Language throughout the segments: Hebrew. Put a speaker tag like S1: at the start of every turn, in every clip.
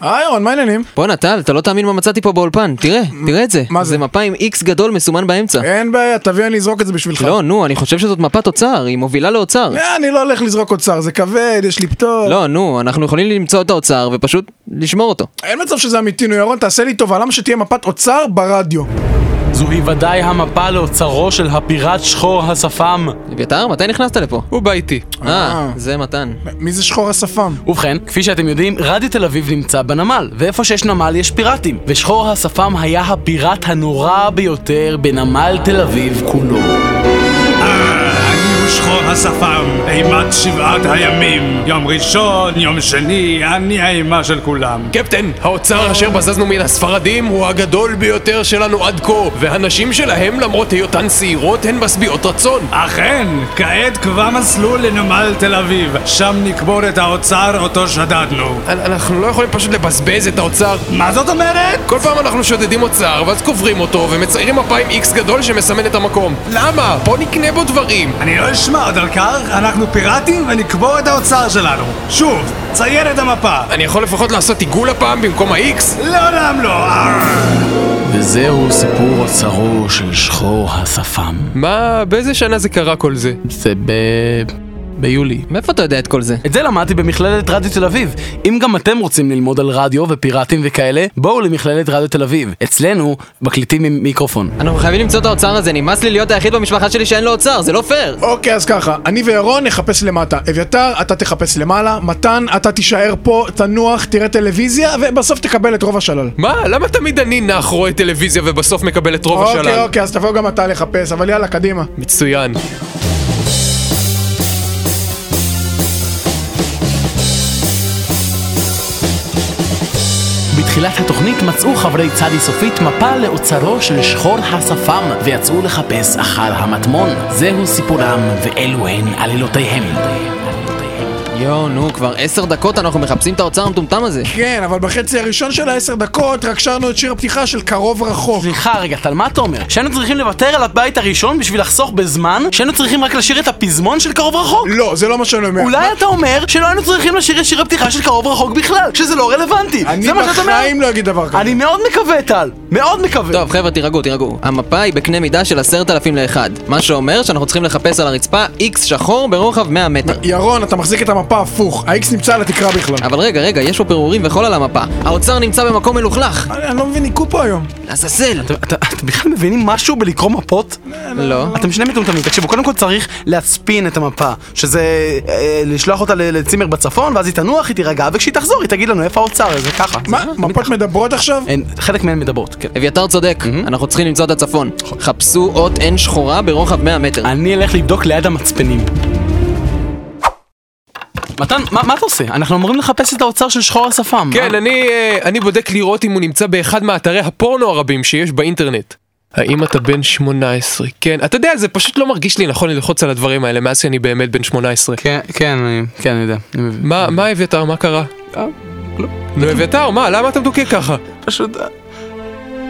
S1: היי רון, אה, מה העניינים?
S2: בואנה טל, אתה לא תאמין מה מצאתי פה באולפן, תראה, תראה את זה.
S1: מה זה? אה,
S2: זה מפה עם איקס גדול מסומן באמצע.
S1: אין בעיה, תביא אני אזרוק את זה בשבילך.
S2: לא, נו, אני חושב שזאת מפת אוצר, היא מובילה לאוצר.
S1: אה, אני לא הולך לזרוק אוצר, זה כבד, יש לי פטור.
S2: לא, נו, אנחנו יכולים למצוא את האוצר ופשוט לשמור אותו.
S1: אין מצב שזה אמיתי, נו ירון, תעשה לי טובה, למה שתהיה מפת אוצר ברדיו?
S3: זוהי ודאי המפה לאוצרו של הפיראט שחור השפם.
S2: אביתר, מתי נכנסת לפה?
S4: הוא בא איתי.
S2: אה, זה מתן.
S1: מי זה שחור השפם?
S3: ובכן, כפי שאתם יודעים, רדיו תל אביב נמצא בנמל, ואיפה שיש נמל יש פיראטים. ושחור השפם היה הפיראט הנורא ביותר בנמל תל אביב כולו.
S5: היו שחור השפם, אימת שבעת הימים. יום ראשון, יום שני, אני האימה של כולם.
S4: קפטן, האוצר אשר בזזנו מן הספרדים הוא הגדול ביותר שלנו עד כה, והנשים שלהם, למרות היותן שעירות, הן משביעות רצון.
S5: אכן, כעת קבע מסלול לנמל תל אביב. שם נקבור את האוצר אותו שדדנו.
S4: אנ- אנחנו לא יכולים פשוט לבזבז את האוצר.
S5: מה זאת אומרת?
S4: כל פעם אנחנו שודדים אוצר, ואז קוברים אותו, ומציירים מפה עם איקס גדול שמסמן את המקום. למה? בוא נקנה בו דברים.
S5: אני לא אשמע עוד על כך, אנחנו פיראטים ונקבור את האוצר שלנו. שוב, צייר את המפה.
S4: אני יכול לפחות לעשות עיגול הפעם במקום האיקס?
S5: לעולם לא.
S3: וזהו סיפור אוצרו של שחור השפם.
S4: מה, באיזה שנה זה קרה כל זה?
S3: זה ב... ביולי.
S2: מאיפה אתה יודע את כל זה?
S3: את זה למדתי במכללת רדיו תל אביב. אם גם אתם רוצים ללמוד על רדיו ופיראטים וכאלה, בואו למכללת רדיו תל אביב. אצלנו, מקליטים עם מיקרופון.
S2: אנחנו חייבים למצוא את האוצר הזה, נמאס לי להיות היחיד במשפחה שלי שאין לו אוצר, זה לא פייר!
S1: אוקיי, אז ככה, אני וירון נחפש למטה. אביתר, אתה תחפש למעלה, מתן, אתה תישאר פה, תנוח, תראה טלוויזיה, ובסוף תקבל את רוב השלל.
S4: מה, למה תמיד אני נח רואה טלוויזיה ובסוף מקבל את רוב השלל?
S1: אוקיי, אוקיי, אז תבוא גם אתה לחפש, אבל יאללה, קדימה.
S4: מצוין.
S3: בתחילת התוכנית מצאו חברי צדי סופית מפה לאוצרו של שחור השפם ויצאו לחפש אחר המטמון. זהו סיפורם ואלו הן עלילותיהם.
S2: יואו, נו, כבר עשר דקות אנחנו מחפשים את האוצר המטומטם הזה.
S1: כן, אבל בחצי הראשון של העשר דקות, רק שרנו את שיר הפתיחה של קרוב רחוק.
S3: סליחה רגע, טל, מה אתה אומר? שהיינו צריכים לוותר על הבית הראשון בשביל לחסוך בזמן? שהיינו צריכים רק לשיר את הפזמון של קרוב רחוק?
S1: לא, זה לא מה שאני אומר.
S3: אולי אתה אומר שלא היינו צריכים לשיר את שיר הפתיחה של קרוב רחוק בכלל, שזה לא רלוונטי!
S1: אני
S3: זה מה שאתה אומר?
S1: בחיים לא אגיד דבר כזה.
S3: אני מאוד מקווה, טל! מאוד מקווה!
S2: טוב, חבר'ה, תירגעו, תירגעו. המפה היא בקנה מידה של עשרת אלפים לאחד. מה שאומר שאנחנו צריכים לחפש על הרצפה איקס שחור ברוחב 100 מטר.
S1: ירון, אתה מחזיק את המפה הפוך, ה-X נמצא על התקרה בכלל.
S2: אבל רגע, רגע, יש פה פירורים וחול על המפה. האוצר נמצא במקום מלוכלך.
S1: אני אני לא מבין, היכו פה היום.
S2: לעזאזל!
S3: אתם- אתם אתם בכלל מבינים משהו בלקרוא מפות?
S2: לא.
S3: אתם שני מטומטמים, תקשיבו, קודם כל צריך להספין את המפה, שזה אה, לשלוח אותה ל- לצימר בצפון, ואז היא תנוח, היא תירגע, וכשהיא תחזור היא תגיד לנו איפה האוצר, זה ככה.
S1: מה, מפות מדברות עכשיו?
S3: הן- חלק מהן מדברות, כן.
S2: אביתר צודק, אנחנו צריכים למצוא את הצפון. חפשו אות N שחורה ברוחב 100 מטר.
S3: אני אלך לבדוק ליד המצפנים. מתן, מה מה אתה עושה? אנחנו אמורים לחפש את האוצר של שחור לא? השפם.
S4: כן, אני, אה, אני בודק לראות אם הוא נמצא באחד מאתרי הפורנו הרבים שיש באינטרנט. האם אתה בן 18? כן. אתה יודע, זה פשוט לא מרגיש לי נכון ללחוץ על הדברים האלה מאז שאני באמת בן 18.
S3: כן, כן, אני- כן, אני יודע. אני מבין.
S4: מה, מה אביתר? מה קרה?
S3: אה,
S4: נו, אביתר, מה? למה אתה מדוכא ככה?
S3: פשוט... אה,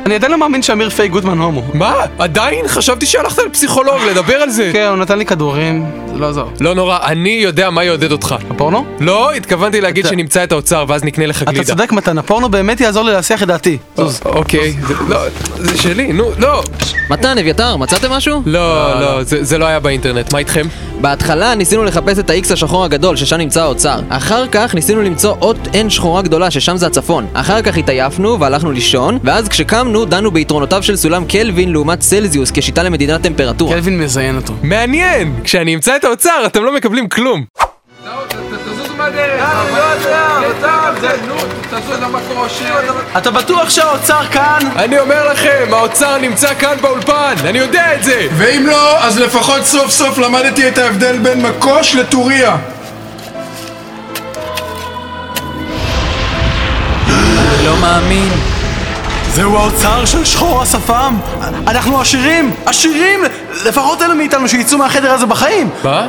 S3: אני עדיין לא מאמין שאמיר פיי גוטמן הומו.
S4: מה? עדיין? חשבתי שהלכת לפסיכולוג לדבר על זה.
S3: כן, הוא נתן לי כדורים, זה לא עזר.
S4: לא נורא, אני יודע מה יעודד אותך.
S3: הפורנו?
S4: לא, התכוונתי להגיד
S3: אתה-
S4: שנמצא את האוצר ואז נקנה לך גלידה.
S3: אתה צודק מתן, הפורנו באמת יעזור לי להסיח את דעתי. זוז.
S4: אוקיי, זה- לא, זה שלי, נו, לא.
S2: מתן, אביתר, מצאתם משהו?
S4: לא, לא, זה זה לא היה באינטרנט, מה איתכם?
S2: בהתחלה ניסינו לחפש את ה-X השחור הגדול, ששם נמצא האוצר. אחר כך ניסינו למצוא אות N שחורה גדולה, ששם זה הצפון. אחר כך התעייפנו והלכנו לישון, ואז כשקמנו דנו ביתרונותיו של סולם קלווין לעומת צלזיוס כשיטה למדידת טמפרטורה.
S3: קלווין מזיין אותו.
S4: מעניין! כשאני אמצא את האוצר, אתם לא מקבלים כלום.
S3: אתה בטוח שהאוצר כאן?
S4: אני אומר לכם, האוצר נמצא כאן באולפן, אני יודע את זה!
S1: ואם לא, אז לפחות סוף סוף למדתי את ההבדל בין מקוש לטוריה.
S2: לא מאמין.
S3: זהו האוצר של שחור השפם! אנחנו עשירים! עשירים! לפחות אלו מאיתנו שיצאו מהחדר הזה בחיים!
S4: מה?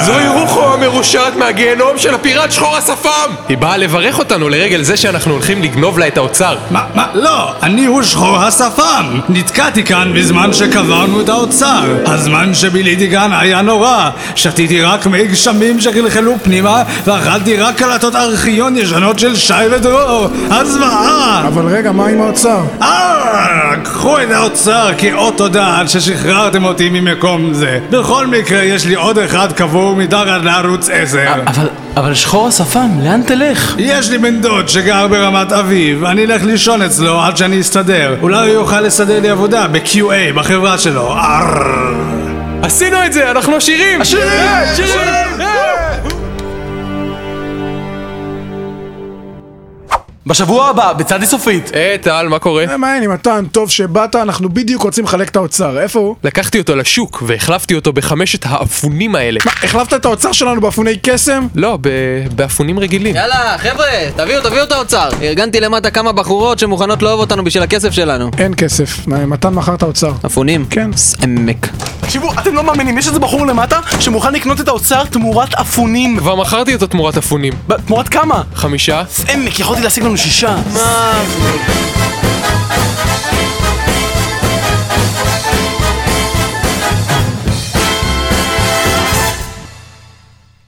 S4: זוהי רוחו המרושעת מהגיהנום של הפיראט שחור השפם! היא באה לברך אותנו לרגל זה שאנחנו הולכים לגנוב לה את האוצר.
S5: מה, מה, לא, אני הוא שחור השפם. נתקעתי כאן בזמן שקברנו את האוצר. הזמן שביליתי כאן היה נורא. שתיתי רק מי גשמים שחלחלו פנימה, ואכלתי רק קלטות ארכיון ישנות של שי ודרור. אז מה?
S1: אבל רגע, מה עם האוצר?
S5: אה, קחו את האוצר כאות תודה על ששחררתם אותי ממקום זה. בכל מקרה, יש לי עוד אחד קבור מתחת לערוץ 10.
S3: אבל, אבל שחור השפם, לאן תלך?
S5: יש לי בן דוד שגר ברמת אביב, אני אלך לישון אצלו עד שאני אסתדר. אולי הוא יוכל לסדר לי עבודה ב-QA בחברה שלו. אררר.
S4: עשינו את זה, אנחנו עשירים! עשירים!
S3: בשבוע הבא, בצד הסופית.
S4: אה, טל, מה קורה?
S1: אה, מה העניינים, מתן, טוב שבאת, אנחנו בדיוק רוצים לחלק את האוצר. איפה הוא?
S4: לקחתי אותו לשוק והחלפתי אותו בחמשת האפונים האלה.
S1: מה, החלפת את האוצר שלנו באפוני קסם?
S4: לא, ב- באפונים רגילים.
S2: יאללה, חבר'ה, תביאו, תביאו את האוצר. ארגנתי למטה כמה בחורות שמוכנות לאהוב אותנו בשביל הכסף שלנו.
S1: אין כסף. מתן מכר את האוצר.
S2: אפונים?
S1: כן.
S2: סעמק.
S6: תקשיבו, אתם לא מאמינים, יש איזה בחור למטה שמוכן לקנות את האוצר תמורת אפונים.
S4: כבר מכרתי אותו תמורת אפונים.
S6: ב- תמורת כמה?
S4: חמישה?
S6: עמק, יכולתי להשיג לנו שישה.
S2: מה?